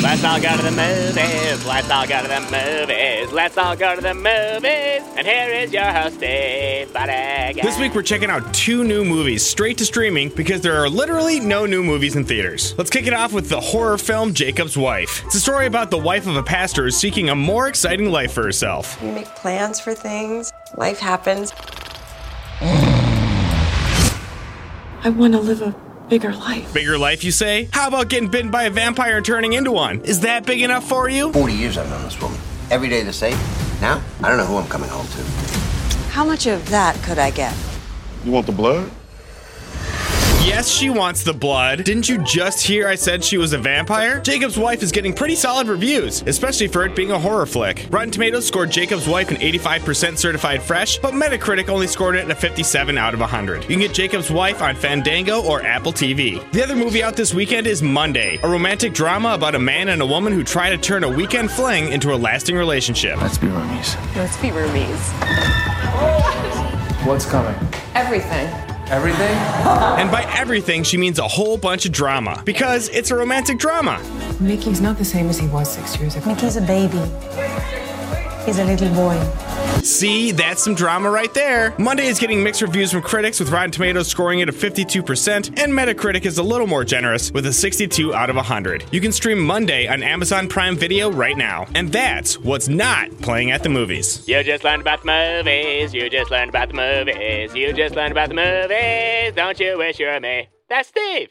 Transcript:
Let's all go to the movies. Let's all go to the movies. Let's all go to the movies. And here is your host, Steve Buttigieg. This week we're checking out two new movies straight to streaming because there are literally no new movies in theaters. Let's kick it off with the horror film Jacob's Wife. It's a story about the wife of a pastor who's seeking a more exciting life for herself. You make plans for things, life happens. I want to live a bigger life. Bigger life, you say? How about getting bitten by a vampire and turning into one? Is that big enough for you? 40 years I've known this woman. Every day the same. Now, I don't know who I'm coming home to. How much of that could I get? You want the blood? Yes, she wants the blood. Didn't you just hear I said she was a vampire? Jacob's Wife is getting pretty solid reviews, especially for it being a horror flick. Rotten Tomatoes scored Jacob's Wife an 85% certified fresh, but Metacritic only scored it a 57 out of 100. You can get Jacob's Wife on Fandango or Apple TV. The other movie out this weekend is Monday, a romantic drama about a man and a woman who try to turn a weekend fling into a lasting relationship. Let's be roomies. Let's be roomies. What's coming? Everything. Everything? And by everything, she means a whole bunch of drama, because it's a romantic drama. Mickey's not the same as he was six years ago. He's a baby. He's a little boy. See, that's some drama right there. Monday is getting mixed reviews from critics, with Rotten Tomatoes scoring it a 52%, and Metacritic is a little more generous with a 62 out of 100. You can stream Monday on Amazon Prime Video right now. And that's what's not playing at the movies. You just learned about the movies. You just learned about the movies. You just learned about the movies. Don't you wish you were me? That's Steve.